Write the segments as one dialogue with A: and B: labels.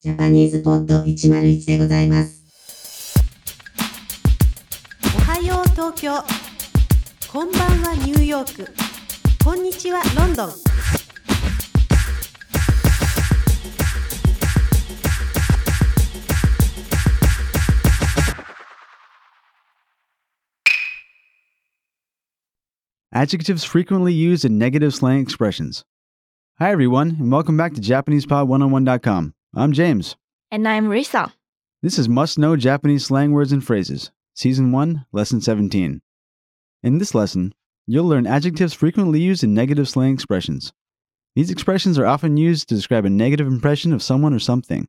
A: ジャパニーズポッド101でございます。
B: おはよう東京こんばんはニューヨークこんにちはロンドン
C: Adjectives frequently used in negative slang expressions. Hi, everyone, and welcome back to JapanesePod101.com. I'm James.
D: And I'm Risa.
C: This is Must Know Japanese Slang Words and Phrases, Season 1, Lesson 17. In this lesson, you'll learn adjectives frequently used in negative slang expressions. These expressions are often used to describe a negative impression of someone or something.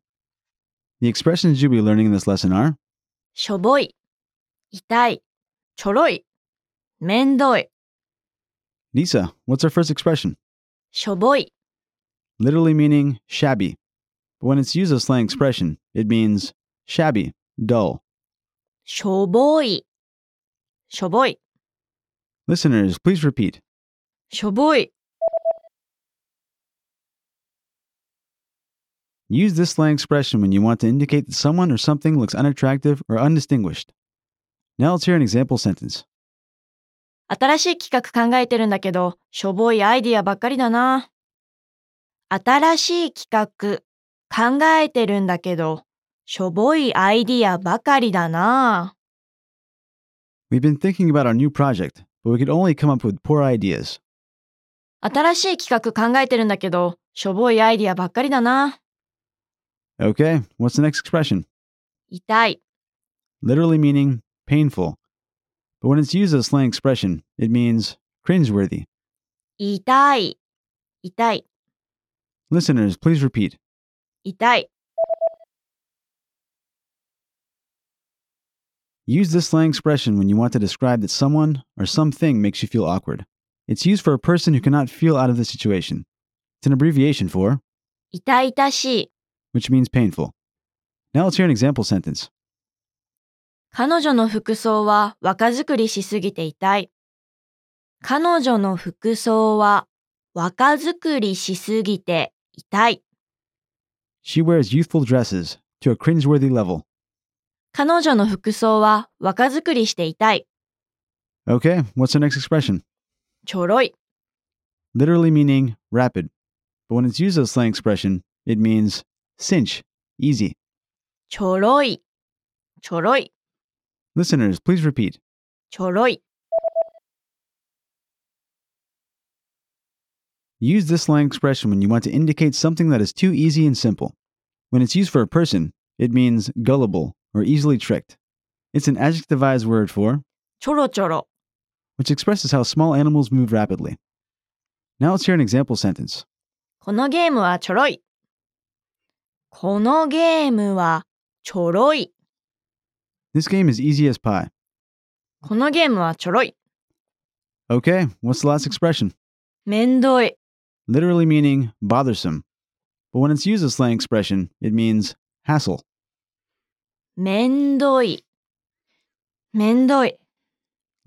C: The expressions you'll be learning in this lesson are
D: しょぼい、痛い、ちょろい、めんどい、
C: Lisa, what's our first expression?
D: しょぼい、
C: literally meaning shabby. But when it's used as a slang expression, it means shabby, dull.
D: しょぼい、しょぼい、
C: Listeners, please repeat.
D: しょぼい、
C: Use this slang expression when you want to indicate that someone or something looks unattractive or undistinguished. Now let's hear an example sentence.
D: 新しい企画考えてるんだけど、しょぼいアイディアばっかりだな。新しい企画考えてるんだけど、しょぼいアイディアばかりだな。
C: We've been thinking about our new project, but we could only come up with poor ideas.
D: 新しい企画考えてるんだけど、しょぼいアイディアばっかりだな。
C: Okay, what's the next expression?
D: 痛い、
C: Literally meaning painful. But when it's used as a slang expression, it means cringeworthy.
D: 痛い、痛い。
C: Listeners, please repeat.
D: 痛い、
C: Use this slang expression when you want to describe that someone or something makes you feel awkward. It's used for a person who cannot feel out of the situation. It's an abbreviation for,
D: 痛々しい。
C: which means painful. Now let's hear an example sentence.
D: 彼女の服装は若作りしすぎて痛い。彼女の服装は若作りしすぎて痛い。
C: She wears youthful dresses to a cringeworthy level.
D: 彼女の服装は若作りして痛い。
C: Okay, what's her next expression?
D: ちょろい、
C: Literally meaning rapid. But when it's used as a slang expression, it means cinch, easy.
D: ちょろい、ちょろい、
C: Listeners, please repeat.
D: ちょろい、
C: Use this slang expression when you want to indicate something that is too easy and simple. When it's used for a person, it means gullible or easily tricked. It's an adjectivized word for,
D: ちょろちょろ、
C: which expresses how small animals move rapidly. Now let's hear an example sentence.
D: このゲームはちょろい。このゲームはちょろい。
C: This game is easy as pie.
D: このゲームはちょろい。
C: Okay, what's the last expression?
D: めんどい、
C: Literally meaning bothersome. But when it's used as a slang expression, it means hassle.
D: めんどい、めんどい。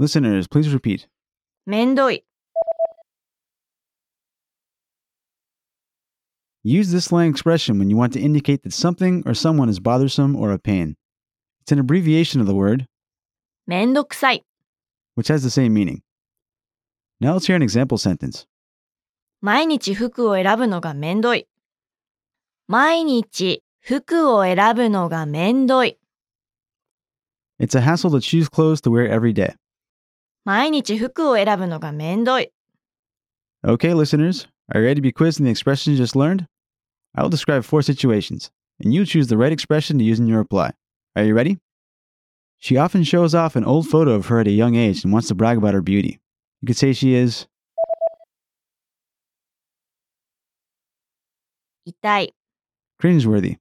C: Listeners, please repeat.
D: めんどい、
C: Use this slang expression when you want to indicate that something or someone is bothersome or a pain. It's an abbreviation of the word,
D: めんどくさい。
C: which has the same meaning. Now let's hear an example sentence.
D: 毎日服を選ぶのがめんどい。毎日服を選ぶのがめんどい。
C: It's a hassle to choose clothes to wear every day.
D: 毎日服を選ぶのがめんどい。
C: Okay, listeners, are you ready to be quizzed in the expression you just learned? I will describe four situations, and you choose the right expression to use in your reply. Are you ready? She often shows off an old photo of her at a young age and wants to brag about her beauty. You could say she is
D: 痛い、
C: Cringeworthy.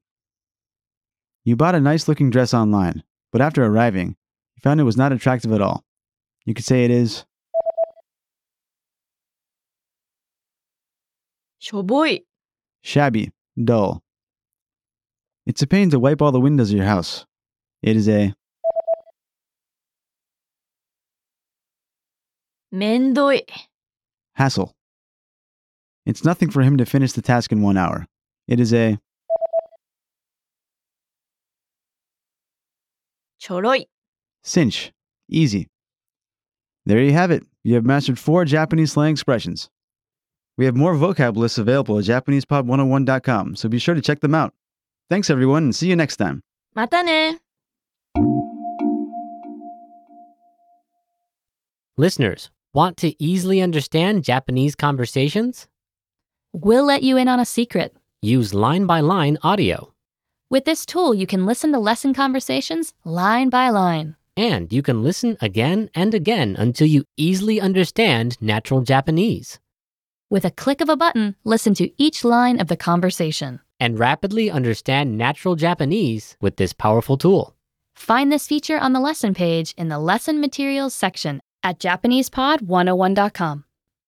C: You bought a nice looking dress online, but after arriving, you found it was not attractive at all. You could say it is
D: しょぼい、
C: shabby, dull. It's a pain to wipe all the windows of your house. It is a.
D: めんどい、
C: Hassle. It's nothing for him to finish the task in one hour. It is a
D: ちょろい。
C: Cinch. Easy. There you have it. You have mastered four Japanese slang expressions. We have more vocab lists available at JapanesePod101.com, so be sure to check them out. Thanks, everyone, and see you next time.
D: またね
E: Listeners, want to easily understand Japanese conversations?
F: We'll let you in on a secret.
E: Use line by line audio,
F: With this tool, you can listen to lesson conversations line by line.
E: and you can listen again and again until you easily understand natural Japanese
F: With a click of a button, listen to each line of the conversation.
E: and rapidly understand natural Japanese with this powerful tool.
F: Find this oh feature on the lesson page in the lesson materials section at JapanesePod101.com.